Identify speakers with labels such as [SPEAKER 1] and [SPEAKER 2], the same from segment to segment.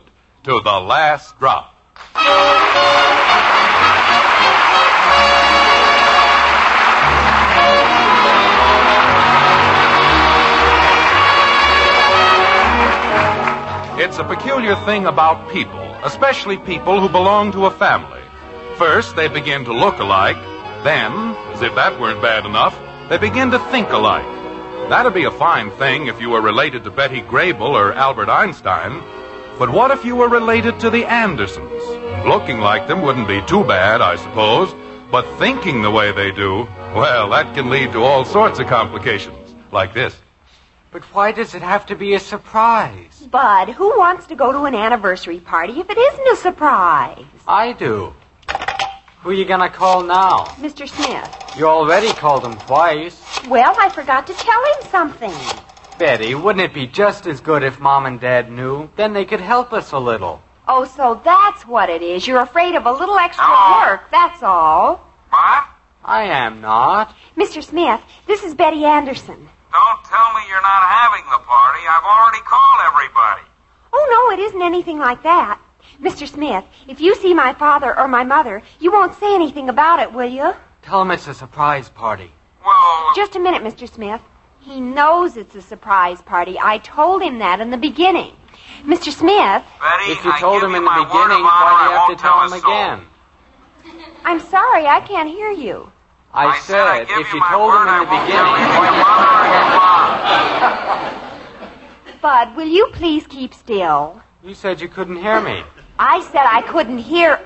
[SPEAKER 1] to the last drop. It's a peculiar thing about people, especially people who belong to a family. First, they begin to look alike. Then, as if that weren't bad enough, they begin to think alike. That'd be a fine thing if you were related to Betty Grable or Albert Einstein. But what if you were related to the Andersons? Looking like them wouldn't be too bad, I suppose. But thinking the way they do, well, that can lead to all sorts of complications, like this.
[SPEAKER 2] But why does it have to be a surprise?
[SPEAKER 3] Bud, who wants to go to an anniversary party if it isn't a surprise?
[SPEAKER 2] I do. Who are you gonna call now?
[SPEAKER 3] Mr. Smith.
[SPEAKER 2] You already called him twice.
[SPEAKER 3] Well, I forgot to tell him something.
[SPEAKER 2] Betty, wouldn't it be just as good if Mom and Dad knew? Then they could help us a little.
[SPEAKER 3] Oh, so that's what it is. You're afraid of a little extra
[SPEAKER 4] Ah.
[SPEAKER 3] work, that's all.
[SPEAKER 2] I am not.
[SPEAKER 3] Mr. Smith, this is Betty Anderson.
[SPEAKER 5] Don't tell me you're not having the party. I've already called everybody.
[SPEAKER 3] Oh, no, it isn't anything like that. Mr. Smith, if you see my father or my mother, you won't say anything about it, will you?
[SPEAKER 2] Tell him it's a surprise party.
[SPEAKER 5] Well,
[SPEAKER 3] Just a minute, Mr. Smith. He knows it's a surprise party. I told him that in the beginning. Mr. Smith,
[SPEAKER 5] Betty,
[SPEAKER 2] If you
[SPEAKER 5] I
[SPEAKER 2] told
[SPEAKER 5] give
[SPEAKER 2] him in
[SPEAKER 5] you
[SPEAKER 2] the
[SPEAKER 5] my word
[SPEAKER 2] beginning,
[SPEAKER 5] of honor,
[SPEAKER 2] why do
[SPEAKER 5] I
[SPEAKER 2] you have to
[SPEAKER 5] won't tell
[SPEAKER 2] tell
[SPEAKER 5] a
[SPEAKER 2] him
[SPEAKER 5] soul.
[SPEAKER 2] again?
[SPEAKER 3] I'm sorry, I can't hear you.
[SPEAKER 2] I,
[SPEAKER 5] I said, I give
[SPEAKER 2] if
[SPEAKER 5] you
[SPEAKER 2] you
[SPEAKER 5] my
[SPEAKER 2] told
[SPEAKER 5] word,
[SPEAKER 2] him in
[SPEAKER 5] I
[SPEAKER 2] the
[SPEAKER 5] won't tell
[SPEAKER 2] beginning,
[SPEAKER 5] you
[SPEAKER 2] why
[SPEAKER 5] my
[SPEAKER 2] do you
[SPEAKER 5] mother or your father.
[SPEAKER 3] Bud, will you please keep still?
[SPEAKER 2] You said you couldn't hear me.
[SPEAKER 3] I said I couldn't hear.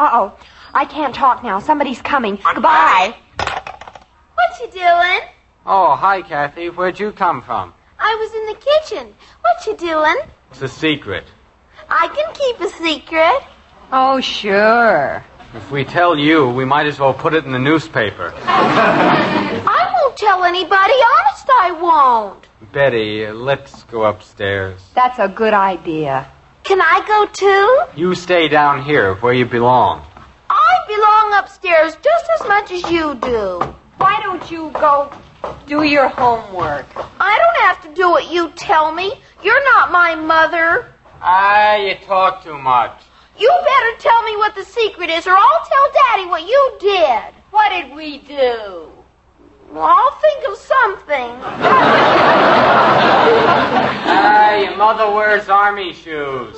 [SPEAKER 3] Uh oh. I can't talk now. Somebody's coming.
[SPEAKER 5] But
[SPEAKER 3] Goodbye.
[SPEAKER 4] What you doing?
[SPEAKER 2] Oh, hi, Kathy. Where'd you come from?
[SPEAKER 4] I was in the kitchen. What you doing?
[SPEAKER 2] It's a secret.
[SPEAKER 4] I can keep a secret.
[SPEAKER 6] Oh, sure.
[SPEAKER 2] If we tell you, we might as well put it in the newspaper.
[SPEAKER 4] I won't tell anybody. Honest, I won't.
[SPEAKER 2] Betty, uh, let's go upstairs.
[SPEAKER 3] That's a good idea.
[SPEAKER 4] Can I go too?
[SPEAKER 2] You stay down here where you belong.
[SPEAKER 4] I belong upstairs just as much as you do.
[SPEAKER 3] Why don't you go do your homework?
[SPEAKER 4] I don't have to do what you tell me. You're not my mother.
[SPEAKER 2] Ah, you talk too much.
[SPEAKER 4] You better tell me what the secret is, or I'll tell Daddy what you did. What did we do? Well, I'll think of something.
[SPEAKER 2] Ah, your mother wears army shoes.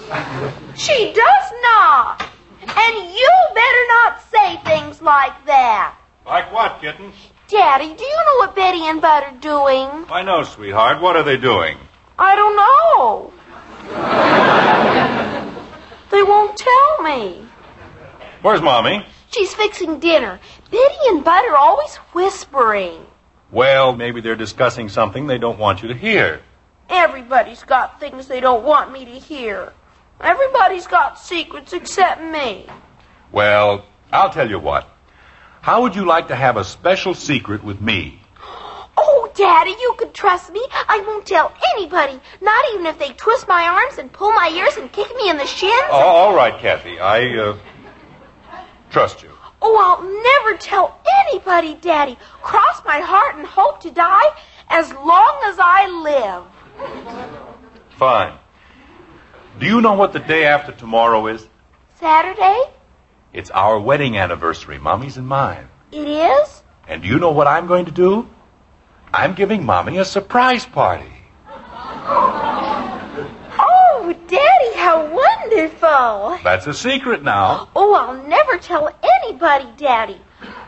[SPEAKER 4] She does not. And you better not say things like that.
[SPEAKER 7] Like what, kitten?
[SPEAKER 4] Daddy, do you know what Betty and Bud are doing?
[SPEAKER 7] I know, sweetheart. What are they doing?
[SPEAKER 4] I don't know. they won't tell me.
[SPEAKER 7] Where's Mommy?
[SPEAKER 4] She's fixing dinner. Betty and Bud are always whispering.
[SPEAKER 7] Well, maybe they're discussing something they don't want you to hear.
[SPEAKER 4] Everybody's got things they don't want me to hear. Everybody's got secrets except me.
[SPEAKER 7] Well, I'll tell you what. How would you like to have a special secret with me?
[SPEAKER 4] Oh, Daddy, you can trust me. I won't tell anybody, not even if they twist my arms and pull my ears and kick me in the shins.
[SPEAKER 7] Oh, all right, Kathy. I, uh, trust you.
[SPEAKER 4] Oh, I'll never tell anybody, Daddy. Cross my heart and hope to die as long as I live.
[SPEAKER 7] Fine. Do you know what the day after tomorrow is?
[SPEAKER 4] Saturday?
[SPEAKER 7] It's our wedding anniversary, Mommy's and mine.
[SPEAKER 4] It is?
[SPEAKER 7] And do you know what I'm going to do? I'm giving Mommy a surprise party.
[SPEAKER 4] Oh, Daddy, how wonderful.
[SPEAKER 7] That's a secret now.
[SPEAKER 4] Oh, I'll never tell anybody, Daddy.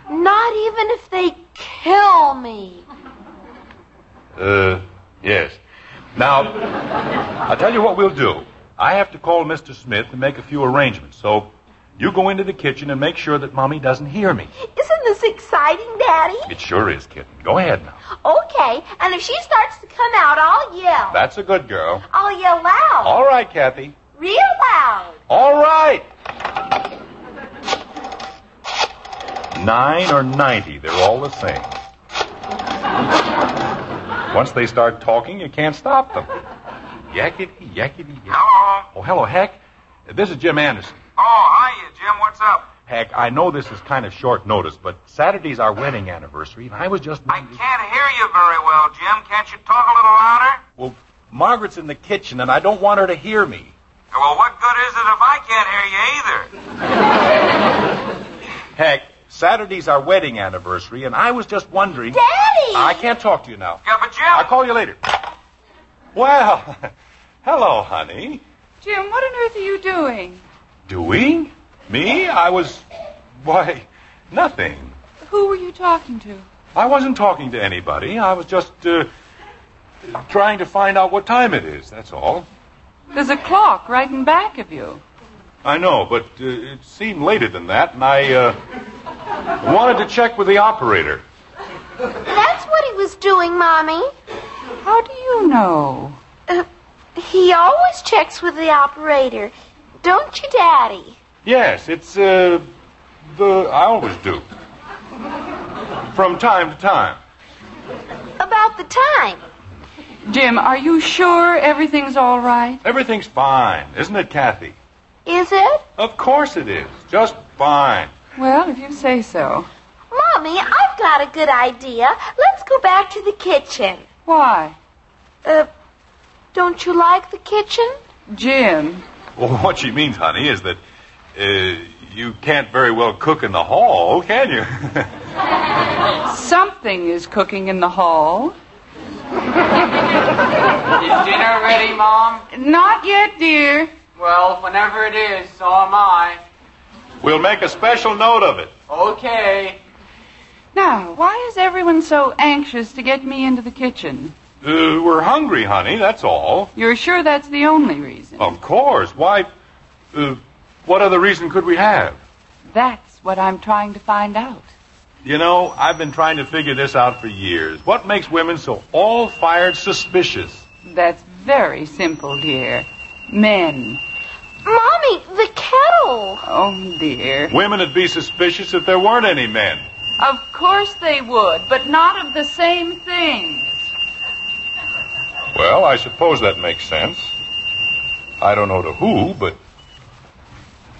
[SPEAKER 4] Not even if they kill me.
[SPEAKER 7] Uh, yes. Now, I'll tell you what we'll do. I have to call Mr. Smith and make a few arrangements, so you go into the kitchen and make sure that Mommy doesn't hear me.
[SPEAKER 4] Isn't this exciting, Daddy?
[SPEAKER 7] It sure is, kitten. Go ahead now.
[SPEAKER 4] Okay, and if she starts to come out, I'll yell.
[SPEAKER 7] That's a good girl.
[SPEAKER 4] I'll yell loud.
[SPEAKER 7] All right, Kathy.
[SPEAKER 4] Real loud.
[SPEAKER 7] All right. Nine or 90, they're all the same. Once they start talking, you can't stop them. Yakety, yakety, yak.
[SPEAKER 8] Hello?
[SPEAKER 7] Oh, hello, Heck. This is Jim Anderson.
[SPEAKER 8] Oh, hiya, Jim. What's up?
[SPEAKER 7] Heck, I know this is kind of short notice, but Saturday's our wedding anniversary, and I was just.
[SPEAKER 8] I can't hear you very well, Jim. Can't you talk a little louder?
[SPEAKER 7] Well, Margaret's in the kitchen, and I don't want her to hear me.
[SPEAKER 8] Well, what good is it if I can't hear you either?
[SPEAKER 7] Heck, Saturday's our wedding anniversary, and I was just wondering.
[SPEAKER 4] Daddy!
[SPEAKER 7] I can't talk to you now.
[SPEAKER 8] Yeah, but Jim.
[SPEAKER 7] I'll call you later. Well, hello, honey.
[SPEAKER 6] Jim, what on earth are you doing?
[SPEAKER 7] Doing? Me? I was. Why, nothing.
[SPEAKER 6] Who were you talking to?
[SPEAKER 7] I wasn't talking to anybody. I was just, uh, trying to find out what time it is, that's all.
[SPEAKER 6] There's a clock right in back of you.
[SPEAKER 7] I know, but uh, it seemed later than that, and I, uh, wanted to check with the operator.
[SPEAKER 4] That's what he was doing, Mommy.
[SPEAKER 6] How do you know?
[SPEAKER 4] Uh, he always checks with the operator. Don't you, Daddy?
[SPEAKER 7] Yes, it's, uh, the. I always do. From time to time.
[SPEAKER 4] About the time.
[SPEAKER 6] Jim, are you sure everything's all right?
[SPEAKER 7] Everything's fine, isn't it, Kathy?
[SPEAKER 4] Is it?
[SPEAKER 7] Of course it is. Just fine.
[SPEAKER 6] Well, if you say so.
[SPEAKER 4] Mommy, I've got a good idea. Let's go back to the kitchen.
[SPEAKER 6] Why?
[SPEAKER 4] Uh, don't you like the kitchen?
[SPEAKER 6] Jim,
[SPEAKER 7] Well, what she means, honey, is that uh, you can't very well cook in the hall, can you?
[SPEAKER 6] something is cooking in the hall.
[SPEAKER 2] Is dinner ready, Mom?
[SPEAKER 6] Not yet, dear.
[SPEAKER 2] Well, whenever it is, so am I.
[SPEAKER 7] we'll make a special note of it.
[SPEAKER 2] Okay.
[SPEAKER 6] Now, why is everyone so anxious to get me into the kitchen?
[SPEAKER 7] Uh, we're hungry, honey, that's all.
[SPEAKER 6] You're sure that's the only reason?
[SPEAKER 7] Of course. Why? Uh, what other reason could we have?
[SPEAKER 6] That's what I'm trying to find out.
[SPEAKER 7] You know, I've been trying to figure this out for years. What makes women so all fired suspicious?
[SPEAKER 6] That's very simple, dear. Men.
[SPEAKER 4] Mommy, the kettle.
[SPEAKER 6] Oh, dear.
[SPEAKER 7] Women would be suspicious if there weren't any men.
[SPEAKER 6] Of course they would, but not of the same thing.
[SPEAKER 7] Well, I suppose that makes sense. I don't know to who, but.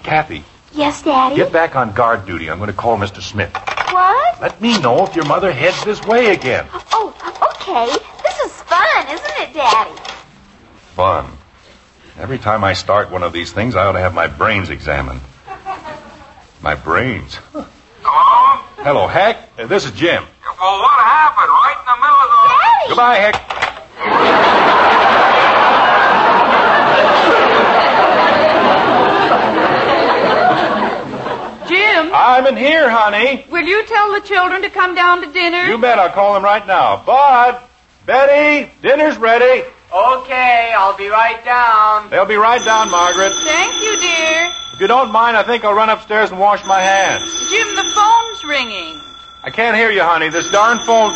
[SPEAKER 7] Kathy,
[SPEAKER 4] Yes, Daddy.
[SPEAKER 7] get back on guard duty. I'm going to call Mr. Smith.
[SPEAKER 4] What?
[SPEAKER 7] Let me know if your mother heads this way again.
[SPEAKER 4] Oh, okay. This is fun, isn't it, Daddy?
[SPEAKER 7] Fun. Every time I start one of these things, I ought to have my brains examined. My brains.
[SPEAKER 8] Hello?
[SPEAKER 7] Hello, Heck. Uh, This is Jim.
[SPEAKER 8] Well, what happened? Right in the middle of the.
[SPEAKER 4] Daddy!
[SPEAKER 7] Goodbye, Heck.
[SPEAKER 6] Jim,
[SPEAKER 7] I'm in here, honey.
[SPEAKER 6] will you tell the children to come down to dinner?
[SPEAKER 7] You bet I'll call him right now. Bud, Betty, dinner's ready.
[SPEAKER 2] Okay, I'll be right down.
[SPEAKER 7] They'll be right down, Margaret.
[SPEAKER 6] Thank you, dear.
[SPEAKER 7] If you don't mind, I think I'll run upstairs and wash my hands.
[SPEAKER 6] Jim, the phone's ringing.
[SPEAKER 7] I can't hear you, honey. This darn phone.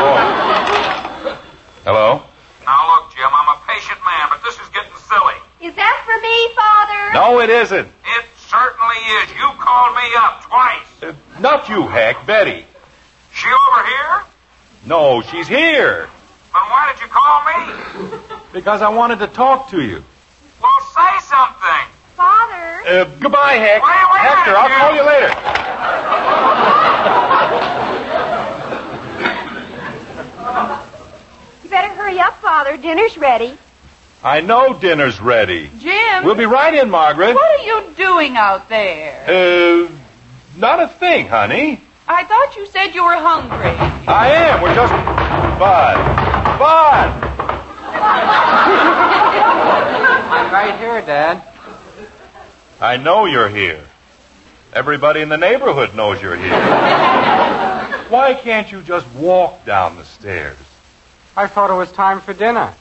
[SPEAKER 7] Boy. Hello?
[SPEAKER 8] Now, look, Jim, I'm a patient man, but this is getting silly.
[SPEAKER 4] Is that for me, Father?
[SPEAKER 7] No, it isn't.
[SPEAKER 8] It certainly is. You called me up twice.
[SPEAKER 7] Uh, not you, Heck. Betty.
[SPEAKER 8] She over here?
[SPEAKER 7] No, she's here.
[SPEAKER 8] Then why did you call me?
[SPEAKER 7] Because I wanted to talk to you.
[SPEAKER 8] Well, say something.
[SPEAKER 4] Father?
[SPEAKER 7] Uh, goodbye, Heck.
[SPEAKER 8] Wait, wait,
[SPEAKER 7] Hector, I'll
[SPEAKER 8] Jim.
[SPEAKER 7] call you later.
[SPEAKER 3] You better hurry up, Father. Dinner's ready.
[SPEAKER 7] I know dinner's ready.
[SPEAKER 6] Jim,
[SPEAKER 7] We'll be right in, Margaret.
[SPEAKER 6] what are you doing out there?
[SPEAKER 7] Uh, not a thing, honey.
[SPEAKER 6] I thought you said you were hungry.
[SPEAKER 7] I am. We're just. Bud. Bud!
[SPEAKER 2] I'm right here, Dad.
[SPEAKER 7] I know you're here. Everybody in the neighborhood knows you're here. Why can't you just walk down the stairs?
[SPEAKER 2] I thought it was time for dinner.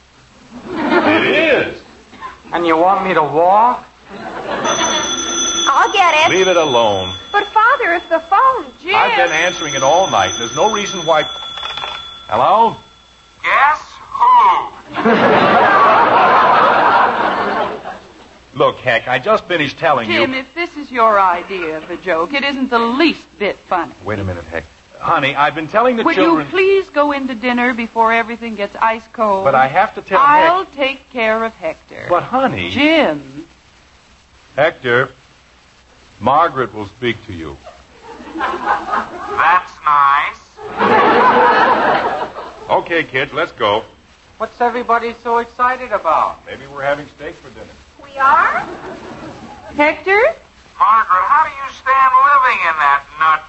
[SPEAKER 7] It is.
[SPEAKER 2] And you want me to walk?
[SPEAKER 3] I'll get
[SPEAKER 7] Leave it alone.
[SPEAKER 3] But father, if the phone, Jim.
[SPEAKER 7] I've been answering it all night. There's no reason why. Hello?
[SPEAKER 8] Guess who?
[SPEAKER 7] Look, heck, I just finished telling
[SPEAKER 6] Jim,
[SPEAKER 7] you.
[SPEAKER 6] if this is your idea of a joke, it isn't the least bit funny.
[SPEAKER 7] Wait a minute, heck. Honey, I've been telling the
[SPEAKER 6] Will
[SPEAKER 7] children.
[SPEAKER 6] you please go into dinner before everything gets ice cold?
[SPEAKER 7] But I have to tell
[SPEAKER 6] I'll
[SPEAKER 7] Heck.
[SPEAKER 6] take care of Hector.
[SPEAKER 7] But, honey.
[SPEAKER 6] Jim,
[SPEAKER 7] Hector, Margaret will speak to you.
[SPEAKER 8] That's nice.
[SPEAKER 7] Okay, kids, let's go.
[SPEAKER 2] What's everybody so excited about?
[SPEAKER 7] Maybe we're having steak for dinner.
[SPEAKER 3] We are?
[SPEAKER 6] Hector,
[SPEAKER 8] Margaret, how do you stand living in that nut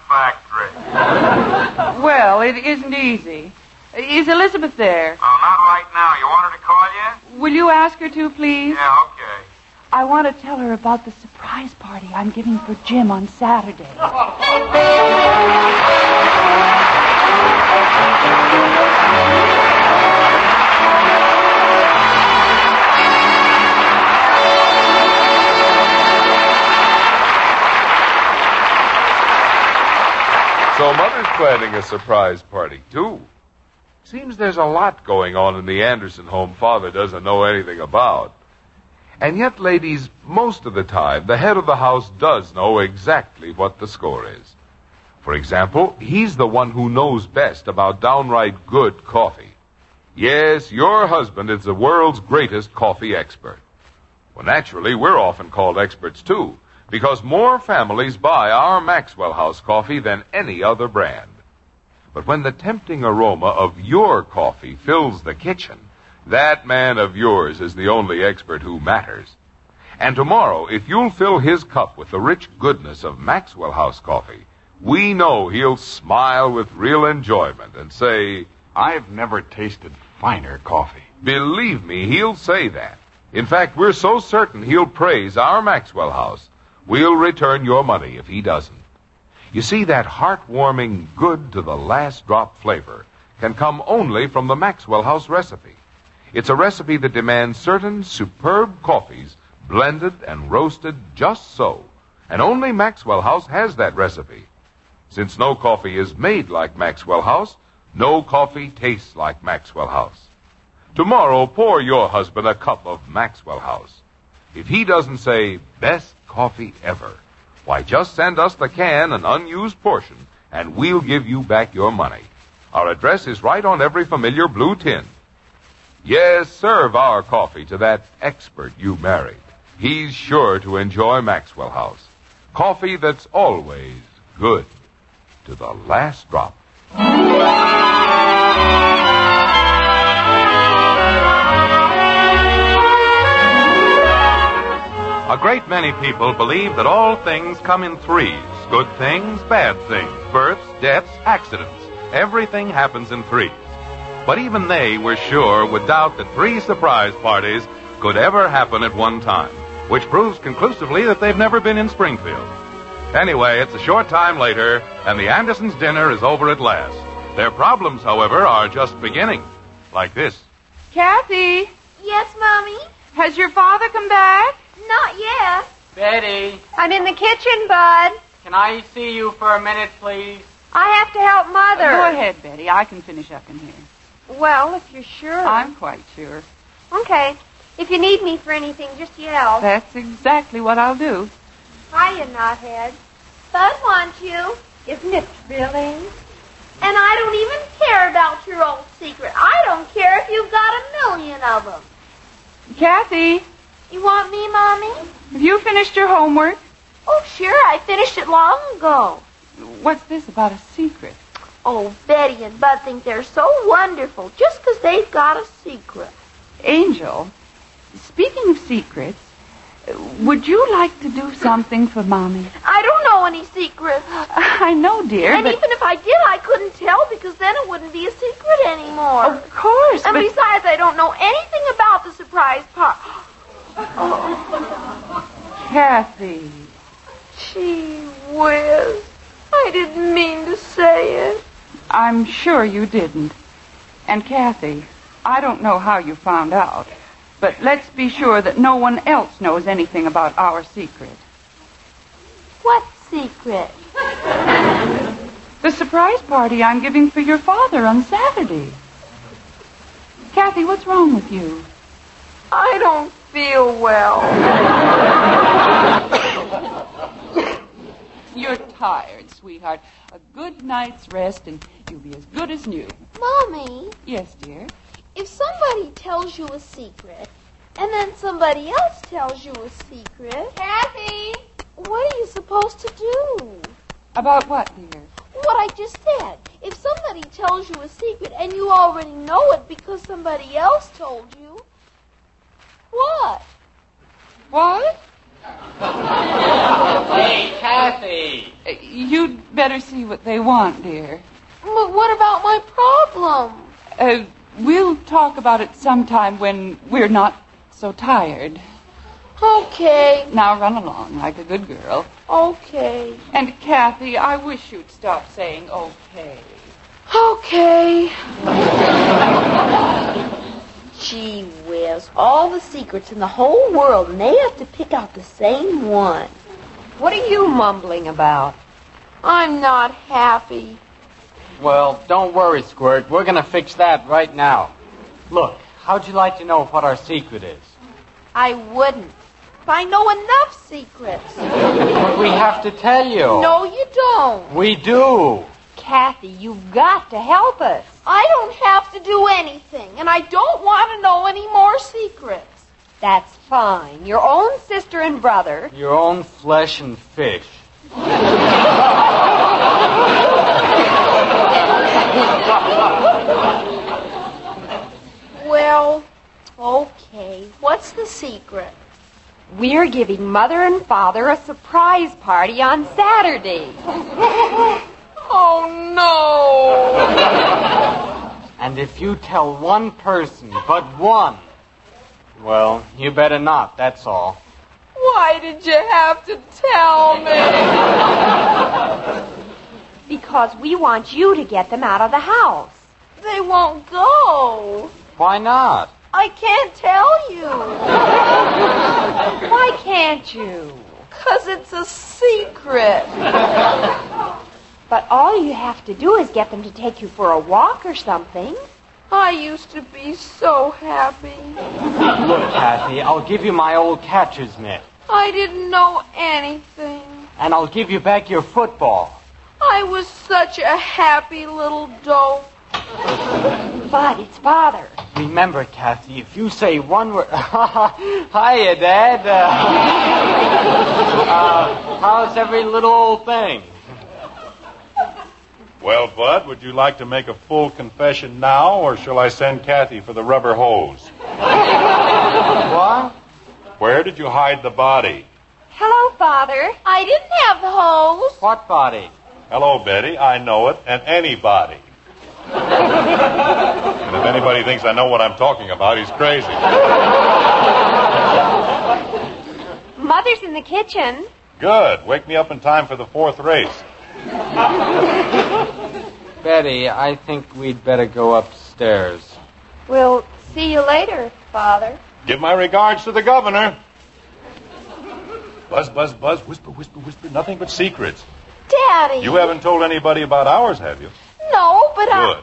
[SPEAKER 8] factory?
[SPEAKER 6] well, it isn't easy. Is Elizabeth there?
[SPEAKER 8] Oh, not right now. You want her to call you?
[SPEAKER 6] Will you ask her to, please?
[SPEAKER 8] Yeah, okay.
[SPEAKER 6] I want to tell her about the surprise party I'm giving for Jim on Saturday.
[SPEAKER 9] So Mother's planning a surprise party, too. Seems there's a lot going on in the Anderson home Father doesn't know anything about. And yet, ladies, most of the time, the head of the house does know exactly what the score is. For example, he's the one who knows best about downright good coffee. Yes, your husband is the world's greatest coffee expert. Well, naturally, we're often called experts too, because more families buy our Maxwell House coffee than any other brand. But when the tempting aroma of your coffee fills the kitchen, that man of yours is the only expert who matters. And tomorrow, if you'll fill his cup with the rich goodness of Maxwell House coffee, we know he'll smile with real enjoyment and say,
[SPEAKER 10] I've never tasted finer coffee.
[SPEAKER 9] Believe me, he'll say that. In fact, we're so certain he'll praise our Maxwell House. We'll return your money if he doesn't. You see, that heartwarming, good to the last drop flavor can come only from the Maxwell House recipe. It's a recipe that demands certain superb coffees blended and roasted just so. And only Maxwell House has that recipe. Since no coffee is made like Maxwell House, no coffee tastes like Maxwell House. Tomorrow, pour your husband a cup of Maxwell House. If he doesn't say, best coffee ever, why just send us the can and unused portion, and we'll give you back your money. Our address is right on every familiar blue tin. Yes, serve our coffee to that expert you married. He's sure to enjoy Maxwell House. Coffee that's always good to the last drop.
[SPEAKER 7] A great many people believe that all things come in threes good things, bad things, births, deaths, accidents. Everything happens in threes. But even they, we're sure, would doubt that three surprise parties could ever happen at one time, which proves conclusively that they've never been in Springfield. Anyway, it's a short time later, and the Andersons' dinner is over at last. Their problems, however, are just beginning. Like this.
[SPEAKER 6] Kathy,
[SPEAKER 4] Yes, Mommy?
[SPEAKER 6] has your father come back?
[SPEAKER 4] Not yet.
[SPEAKER 2] Betty,
[SPEAKER 3] I'm in the kitchen, Bud.
[SPEAKER 2] can I see you for a minute, please?
[SPEAKER 3] I have to help mother.
[SPEAKER 6] Go ahead, Betty. I can finish up in here.
[SPEAKER 3] Well, if you're sure.
[SPEAKER 6] I'm quite sure.
[SPEAKER 3] Okay. If you need me for anything, just yell.
[SPEAKER 6] That's exactly what I'll do.
[SPEAKER 3] Hiya, knothead.
[SPEAKER 4] Bud wants you.
[SPEAKER 3] Isn't it thrilling?
[SPEAKER 4] And I don't even care about your old secret. I don't care if you've got a million of them.
[SPEAKER 6] Kathy,
[SPEAKER 4] You want me, Mommy?
[SPEAKER 6] have you finished your homework?
[SPEAKER 4] Oh, sure. I finished it long ago.
[SPEAKER 6] What's this about a secret?
[SPEAKER 4] Oh, Betty and Bud think they're so wonderful just 'cause they've got a secret.
[SPEAKER 6] Angel, speaking of secrets, Would you like to do something for Mommy?
[SPEAKER 4] I don't know any secrets.
[SPEAKER 6] I know, dear.
[SPEAKER 4] and
[SPEAKER 6] but-
[SPEAKER 4] even if I did, I couldn't tell because then it wouldn't be a secret anymore.
[SPEAKER 6] Of course,
[SPEAKER 4] And
[SPEAKER 6] Oh, but-
[SPEAKER 4] besides, I don't know anything about the surprise party.
[SPEAKER 6] Kathy.
[SPEAKER 4] Gee whiz. I didn't mean to say it.
[SPEAKER 6] I'm sure you didn't. And Kathy, I don't know how you found out, but let's be sure that no one else knows anything about our secret.
[SPEAKER 4] What secret?
[SPEAKER 6] The surprise party I'm giving for your father on Saturday. Kathy, what's wrong with you?
[SPEAKER 4] I don't feel well.
[SPEAKER 6] You're tired, sweetheart. A good night's rest, and you'll be as good as new.
[SPEAKER 4] Mommy,
[SPEAKER 6] Yes, dear.
[SPEAKER 4] if somebody tells you a secret, and then somebody else tells you a secret. Kathy! What are you supposed to do?
[SPEAKER 6] About what, dear?
[SPEAKER 4] What I just said. If somebody tells you a secret and you already know it because somebody else told you, what?
[SPEAKER 6] What?
[SPEAKER 2] Hey, Kathy!
[SPEAKER 6] Uh, You'd better see what they want, dear.
[SPEAKER 4] But what about my problem?
[SPEAKER 6] Uh, we'll talk about it sometime when we're not so tired.
[SPEAKER 4] Okay,
[SPEAKER 6] Now run along like a good girl.
[SPEAKER 4] okay,
[SPEAKER 6] And Kathy, I wish you'd stop saying okay.
[SPEAKER 4] okay. Gee whiz, all the secrets in the whole world, and they have to pick out the same one. What are you mumbling about? I'm not happy.
[SPEAKER 2] Well, don't worry, Squirt. We're gonna fix that right now. Look, how'd you like to know what our secret is?
[SPEAKER 4] I wouldn't. I know enough secrets.
[SPEAKER 2] But we have to tell you.
[SPEAKER 4] No, you don't.
[SPEAKER 2] We do.
[SPEAKER 4] Kathy, you've got to help us. I don't have to do anything, and I don't want to know any more secrets. That's fine. Your own sister and brother.
[SPEAKER 2] Your own flesh and fish.
[SPEAKER 4] Well, okay. What's the secret?
[SPEAKER 11] We're giving mother and father a surprise party on Saturday.
[SPEAKER 4] Oh, no.
[SPEAKER 2] And if you tell one person, but one, well, you better not, that's all.
[SPEAKER 4] Why did you have to tell me?
[SPEAKER 11] Because we want you to get them out of the house.
[SPEAKER 4] they won't go.
[SPEAKER 2] Why not?
[SPEAKER 4] I can't tell you.
[SPEAKER 11] Why can't you?
[SPEAKER 4] Because it's a secret.
[SPEAKER 11] But all you have to do is get them to take you for a walk or something.
[SPEAKER 4] I used to be so happy.
[SPEAKER 2] Look, Kathy, I'll give you my old catcher's mitt,
[SPEAKER 4] I didn't know anything.
[SPEAKER 2] and I'll give you back your football.
[SPEAKER 4] I was such a happy little dope.
[SPEAKER 11] But it's father.
[SPEAKER 2] Remember, Kathy, if you say one word. Hiya, Dad. Uh, uh, how's every little old thing?
[SPEAKER 7] Well, Bud, would you like to make a full confession now, or shall I send Kathy for the rubber hose?
[SPEAKER 2] What?
[SPEAKER 7] Where did you hide the body?
[SPEAKER 11] Hello, father.
[SPEAKER 4] I didn't have the hose.
[SPEAKER 2] What body?
[SPEAKER 7] Hello, Betty. I know it, and anybody. and if anybody thinks I know what I'm talking about, he's crazy.
[SPEAKER 11] Mother's in the kitchen.
[SPEAKER 7] Good. Wake me up in time for the fourth race.
[SPEAKER 2] Betty, I think we'd better go upstairs.
[SPEAKER 11] We'll see you later, father.
[SPEAKER 7] Give my regards to the governor. Buzz, buzz, buzz. Whisper, whisper, whisper. Nothing but secrets.
[SPEAKER 4] Daddy.
[SPEAKER 7] You haven't told anybody about ours, have you?
[SPEAKER 4] No, but I.
[SPEAKER 7] Good.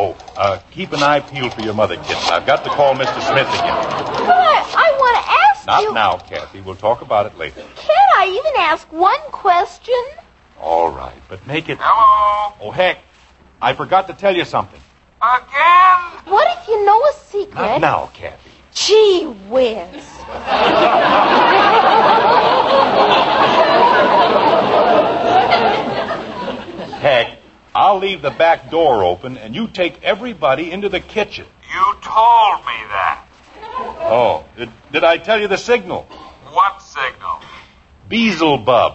[SPEAKER 7] Oh, uh, keep an eye peeled for your mother, kitten. I've got to call Mr. Smith again.
[SPEAKER 4] But I, I want to ask
[SPEAKER 7] Not
[SPEAKER 4] you.
[SPEAKER 7] now, Kathy. We'll talk about it later.
[SPEAKER 4] Can't I even ask one question?
[SPEAKER 7] All right, but make it.
[SPEAKER 8] Hello?
[SPEAKER 7] Oh, heck. I forgot to tell you something.
[SPEAKER 8] Again?
[SPEAKER 4] What if you know a
[SPEAKER 7] Not
[SPEAKER 4] secret?
[SPEAKER 7] now, Kathy.
[SPEAKER 4] Gee whiz.
[SPEAKER 7] Heck, I'll leave the back door open and you take everybody into the kitchen.
[SPEAKER 8] You told me that.
[SPEAKER 7] Oh, did, did I tell you the signal?
[SPEAKER 8] What signal?
[SPEAKER 7] Beelzebub.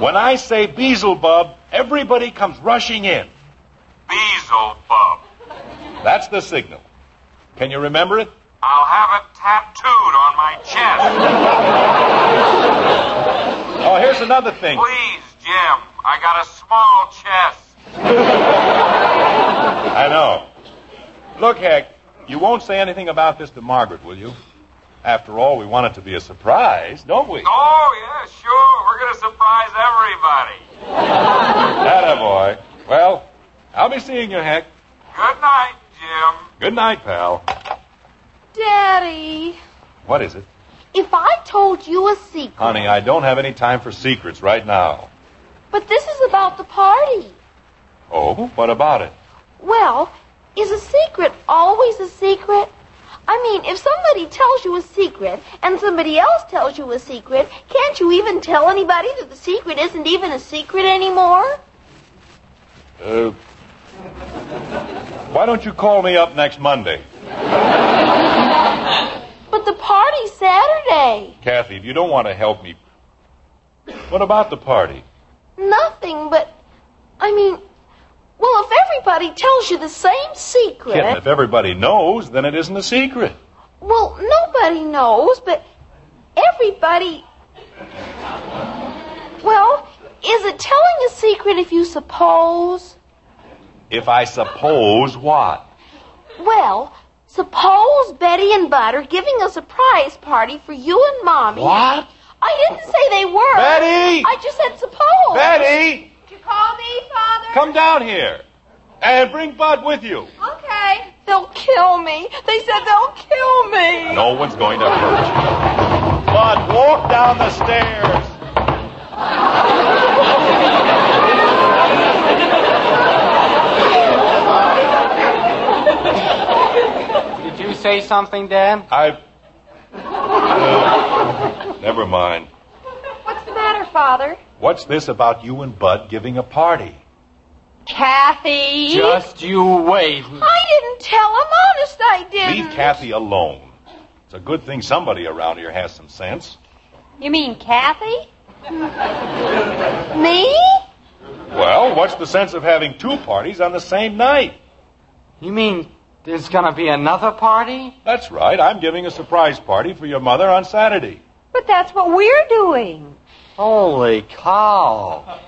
[SPEAKER 7] When I say Beelzebub, everybody comes rushing in.
[SPEAKER 8] Beelzebub.
[SPEAKER 7] That's the signal. Can you remember it?
[SPEAKER 8] I'll have it tattooed on my chest.
[SPEAKER 7] Oh, here's another thing.
[SPEAKER 8] Please, Jim, I got a small chest.
[SPEAKER 7] I know. Look, Heck, you won't say anything about this to Margaret, will you? After all, we want it to be a surprise, don't we?
[SPEAKER 8] Oh, yeah, sure. We're going to surprise everybody.
[SPEAKER 7] Atta boy. Well, I'll be seeing you, Heck.
[SPEAKER 8] Good night, Jim.
[SPEAKER 7] Good night, pal.
[SPEAKER 4] Daddy,
[SPEAKER 7] What is it?
[SPEAKER 4] if I told you a secret,
[SPEAKER 7] Honey, I don't have any time for secrets right now.
[SPEAKER 4] but this is about the party.
[SPEAKER 7] Oh, what about it?
[SPEAKER 4] Well, is a secret always a secret? I mean, if somebody tells you a secret and somebody else tells you a secret, can't you even tell anybody that the secret isn't even a secret anymore?
[SPEAKER 7] Uh, why don't you call me up next Monday?
[SPEAKER 4] But the party's Saturday.
[SPEAKER 7] Kathy, if you don't want to help me. What about the party?
[SPEAKER 4] Nothing but, I mean, well, if everybody tells you the same secret,
[SPEAKER 7] Kitten, if everybody knows, then it isn't a secret.
[SPEAKER 4] well, nobody knows, but everybody. Well, is it telling a secret if you suppose?
[SPEAKER 7] If I suppose what?
[SPEAKER 4] Well, suppose Betty and Bud are giving a surprise party for you and Mommy.
[SPEAKER 7] What?
[SPEAKER 4] I didn't say they were.
[SPEAKER 7] Betty!
[SPEAKER 4] I just said suppose.
[SPEAKER 7] Betty!
[SPEAKER 4] Did you call me, Father?
[SPEAKER 7] Come down here and bring Bud with you.
[SPEAKER 4] Okay. They'll kill me. They said they'll kill me.
[SPEAKER 7] No one's going to hurt you. Bud, walk down the stairs.
[SPEAKER 2] Did you say something, Dan?
[SPEAKER 7] I. Uh, never mind.
[SPEAKER 11] What's the matter, Father?
[SPEAKER 7] What's this about you and Bud giving a party?
[SPEAKER 4] Kathy.
[SPEAKER 2] Just you wait.
[SPEAKER 4] I didn't tell him. Honest, I
[SPEAKER 7] Leave
[SPEAKER 4] didn't.
[SPEAKER 7] Kathy alone. It's a good thing somebody around here has some sense.
[SPEAKER 4] You mean Kathy? me?
[SPEAKER 7] Well, what's the sense of having two parties on the same night?
[SPEAKER 2] You mean there's gonna be another party?
[SPEAKER 7] That's right. I'm giving a surprise party for your mother on Saturday.
[SPEAKER 11] But that's what we're doing.
[SPEAKER 2] Holy cow.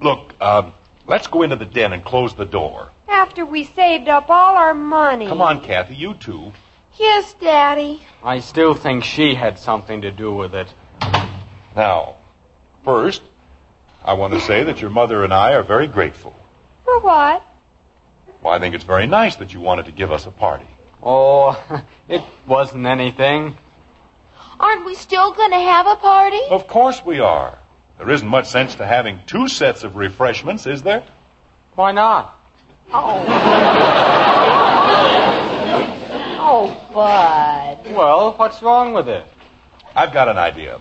[SPEAKER 7] Look, um, let's go into the den and close the door.
[SPEAKER 11] After we saved up all our money.
[SPEAKER 7] Come on, Kathy, you two.
[SPEAKER 4] Yes, Daddy.
[SPEAKER 2] I still think she had something to do with it.
[SPEAKER 7] Now, first, I want to say that your mother and I are very grateful.
[SPEAKER 11] For what?
[SPEAKER 7] Well, I think it's very nice that you wanted to give us a party.
[SPEAKER 2] Oh, it wasn't anything.
[SPEAKER 4] Aren't we still going to have a party?
[SPEAKER 7] Of course we are. There isn't much sense to having two sets of refreshments, is there?
[SPEAKER 2] Why not?
[SPEAKER 4] Oh, Bud.
[SPEAKER 2] Well, what's wrong with it?
[SPEAKER 7] I've got an idea.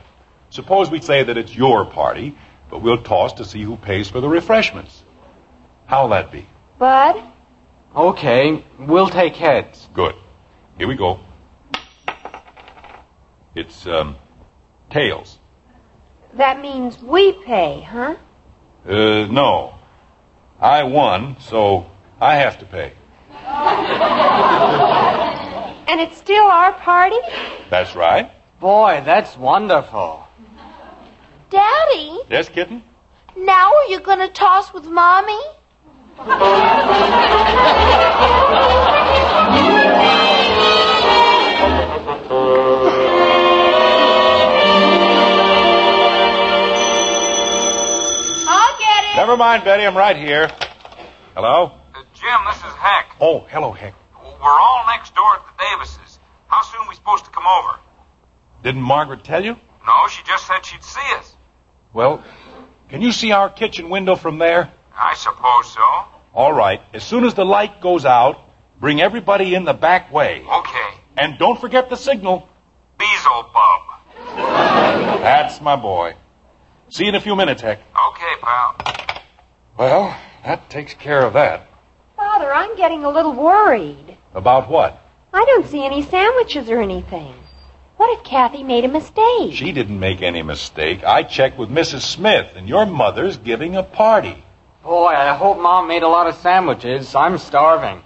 [SPEAKER 7] Suppose we say that it's your party, but we'll toss to see who pays for the refreshments. How'll that be?
[SPEAKER 11] Bud?
[SPEAKER 2] Okay, we'll take heads.
[SPEAKER 7] Good. Here we go. It's, um, tails.
[SPEAKER 11] That means we pay, huh?
[SPEAKER 7] Uh, no. I won, so I have to pay.
[SPEAKER 11] And it's still our party?
[SPEAKER 7] That's right.
[SPEAKER 2] Boy, that's wonderful.
[SPEAKER 4] Daddy,
[SPEAKER 7] Yes, kitten?
[SPEAKER 4] now are you going to toss with Mommy? I'll get it.
[SPEAKER 7] Never mind, Betty. I'm right here. Hello?
[SPEAKER 8] Uh, Jim, this is Heck.
[SPEAKER 7] Oh, hello, Hank.
[SPEAKER 8] We're all next door at the Davises. How soon are we supposed to come over?
[SPEAKER 7] Didn't Margaret tell you?
[SPEAKER 8] No, she just said she'd see us.
[SPEAKER 7] Well, can you see our kitchen window from there?
[SPEAKER 8] I suppose so.
[SPEAKER 7] All right. As soon as the light goes out, bring everybody in the back way.
[SPEAKER 8] Okay.
[SPEAKER 7] And don't forget the signal.
[SPEAKER 8] Beelzebub.
[SPEAKER 7] That's my boy. See you in a few minutes, Heck.
[SPEAKER 8] Okay, pal.
[SPEAKER 7] Well, that takes care of that.
[SPEAKER 11] Father, I'm getting a little worried.
[SPEAKER 7] About what?
[SPEAKER 3] I don't see any sandwiches or anything. What if Kathy made a mistake?
[SPEAKER 7] She didn't make any mistake. I checked with Mrs. Smith, and your mother's giving a party.
[SPEAKER 2] Boy, I hope Mom made a lot of sandwiches. I'm starving.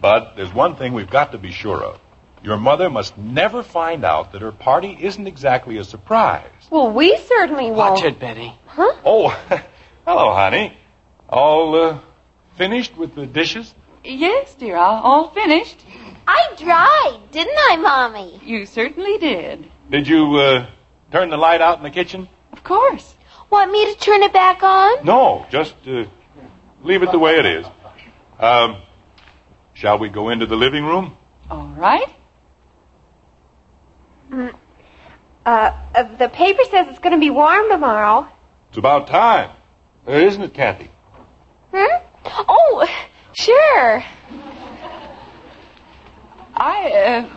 [SPEAKER 7] But there's one thing we've got to be sure of. Your mother must never find out that her party isn't exactly a surprise.
[SPEAKER 3] Well, we certainly won't.
[SPEAKER 2] Watch it, Betty.
[SPEAKER 3] Huh?
[SPEAKER 7] Oh, hello, honey. All uh, finished with the dishes?
[SPEAKER 6] Yes, dear, all all finished.
[SPEAKER 4] I tried, didn't I, Mommy?
[SPEAKER 6] You certainly did.
[SPEAKER 7] Did you uh, turn the light out in the kitchen?
[SPEAKER 6] Of course.
[SPEAKER 4] Want me to turn it back on?
[SPEAKER 7] No, just uh, leave it the way it is. Um, shall we go into the living room?
[SPEAKER 6] All right.
[SPEAKER 3] Mm. Uh, uh, the paper says it's going to be warm tomorrow.
[SPEAKER 7] It's about time, Uh, isn't it, Kathy?
[SPEAKER 4] Hmm? Oh, sure.
[SPEAKER 6] I, uh,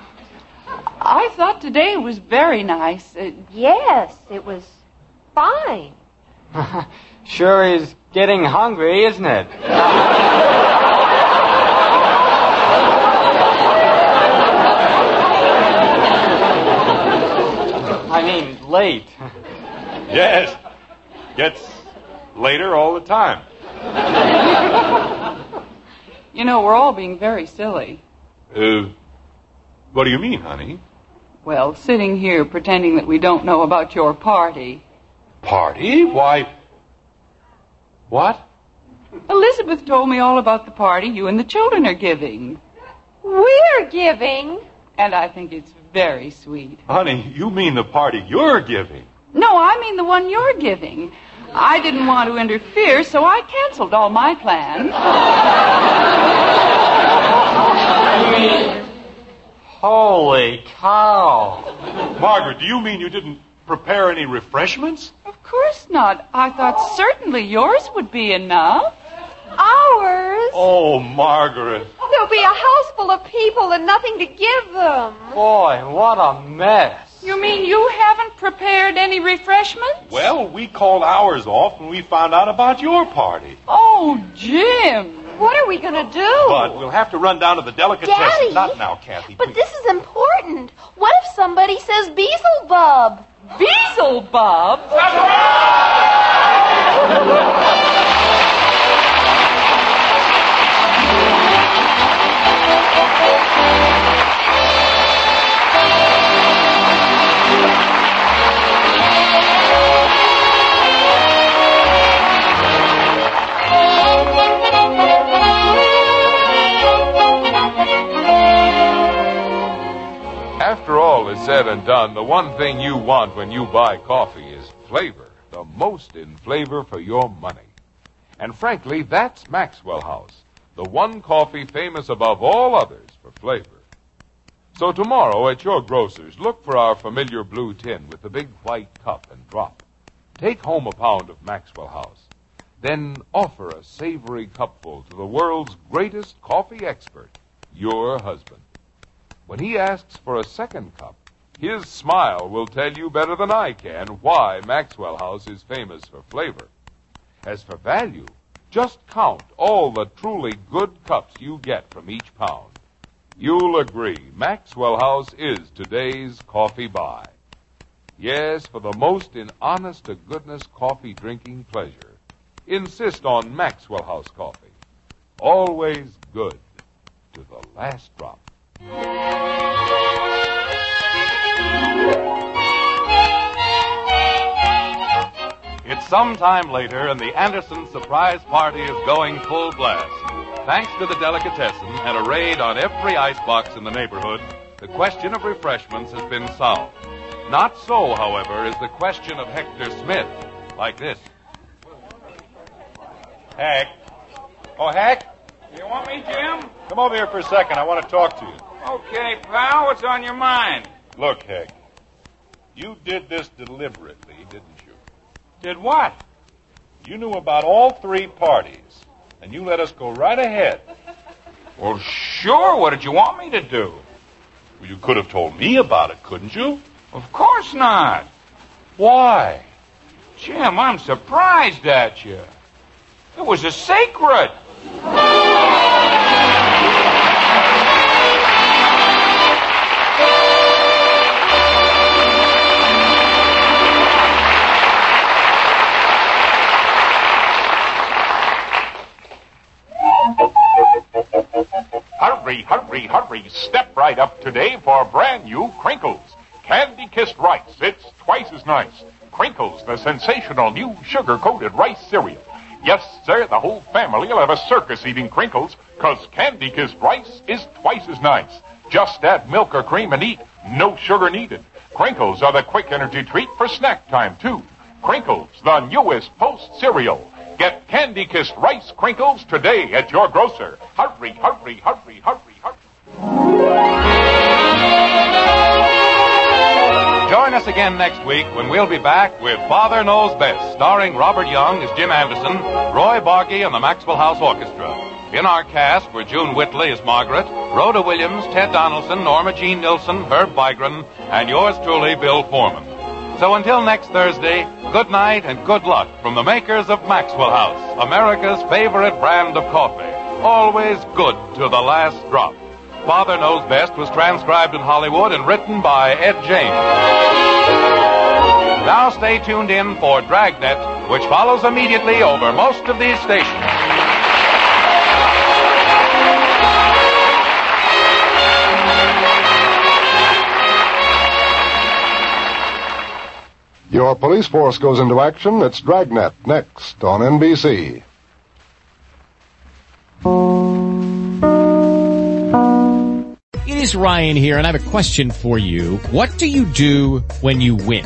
[SPEAKER 6] I thought today was very nice. Uh,
[SPEAKER 3] Yes, it was fine.
[SPEAKER 2] Sure is getting hungry, isn't it? I mean, late.
[SPEAKER 7] Yes. Gets later all the time.
[SPEAKER 6] you know, we're all being very silly.
[SPEAKER 7] Uh, what do you mean, honey?
[SPEAKER 6] Well, sitting here pretending that we don't know about your party.
[SPEAKER 7] Party? Why? What?
[SPEAKER 6] Elizabeth told me all about the party you and the children are giving.
[SPEAKER 3] We're giving.
[SPEAKER 6] And I think it's very sweet.
[SPEAKER 7] Honey, you mean the party you're giving.
[SPEAKER 6] No, I mean the one you're giving. I didn't want to interfere, so I canceled all my plans.
[SPEAKER 2] Holy cow.
[SPEAKER 7] Margaret, do you mean you didn't prepare any refreshments?
[SPEAKER 6] Of course not. I thought certainly yours would be enough.
[SPEAKER 3] Ours?
[SPEAKER 7] Oh, Margaret.
[SPEAKER 2] Oh.
[SPEAKER 3] There'll be a house full of people and nothing to give them.
[SPEAKER 2] Boy, what a mess.
[SPEAKER 6] You mean you haven't prepared any refreshments?
[SPEAKER 7] Well, we called ours off when we found out about your party.
[SPEAKER 6] Oh, Jim.
[SPEAKER 3] What are we going to do?
[SPEAKER 7] But we'll have to run down to the delicatessen.
[SPEAKER 4] Daddy?
[SPEAKER 7] Not now, Kathy.
[SPEAKER 4] But this is important. What if somebody says Beelzebub?
[SPEAKER 6] Beelzebub?
[SPEAKER 9] After all is said and done, the one thing you want when you buy coffee is flavor. The most in flavor for your money. And frankly, that's Maxwell House, the one coffee famous above all others for flavor. So tomorrow at your grocer's, look for our familiar blue tin with the big white cup and drop. Take home a pound of Maxwell House. Then offer a savory cupful to the world's greatest coffee expert, your husband. When he asks for a second cup, his smile will tell you better than I can why Maxwell House is famous for flavor. As for value, just count all the truly good cups you get from each pound. You'll agree Maxwell House is today's coffee buy. Yes, for the most in honest to goodness coffee drinking pleasure, insist on Maxwell House coffee. Always good to the last drop. It's sometime later, and the Anderson surprise party is going full blast. Thanks to the delicatessen and a raid on every icebox in the neighborhood, the question of refreshments has been solved. Not so, however, is the question of Hector Smith. Like this.
[SPEAKER 7] Hack. Oh, Hack,
[SPEAKER 8] You want me, Jim?
[SPEAKER 7] come over here for a second. I want to talk to you.
[SPEAKER 8] Okay, pal, what's on your mind?
[SPEAKER 7] Look, Heck, you did this deliberately, didn't you?
[SPEAKER 8] Did what?
[SPEAKER 7] You knew about all three parties, and you let us go right ahead.
[SPEAKER 8] Well, sure, what did you want me to do?
[SPEAKER 7] Well, you could have told me about it, couldn't you?
[SPEAKER 8] Of course not.
[SPEAKER 7] Why?
[SPEAKER 8] Jim, I'm surprised at you. It was a secret.
[SPEAKER 12] Hurry, hurry, hurry. Step right up today for brand new Crinkles. Candy kissed rice. It's twice as nice. Crinkles, the sensational new sugar coated rice cereal. Yes, sir, the whole family will have a circus eating crinkles, 'cause candy kissed rice is twice as nice. Just add milk or cream and eat. No sugar needed. Crinkles are the quick energy treat for snack time, too. Crinkles, the newest post cereal. Get candy kissed rice crinkles today at your grocer. Hurry, hurry, hurry, hurry, hurry.
[SPEAKER 1] Join us again next week when we'll be back with Father Knows Best, starring Robert Young as Jim Anderson, Roy Barkey, and the Maxwell House Orchestra. In our cast were June Whitley as Margaret, Rhoda Williams, Ted Donaldson, Norma Jean Nilsson, Herb Bygren, and yours truly, Bill Foreman. So until next Thursday, good night and good luck from the makers of Maxwell House, America's favorite brand of coffee. Always good to the last drop. Father Knows Best was transcribed in Hollywood and written by Ed James. Now stay tuned in for Dragnet, which follows immediately over most of these stations.
[SPEAKER 13] Your police force goes into action. It's Dragnet next on NBC.
[SPEAKER 14] It is Ryan here and I have a question for you. What do you do when you win?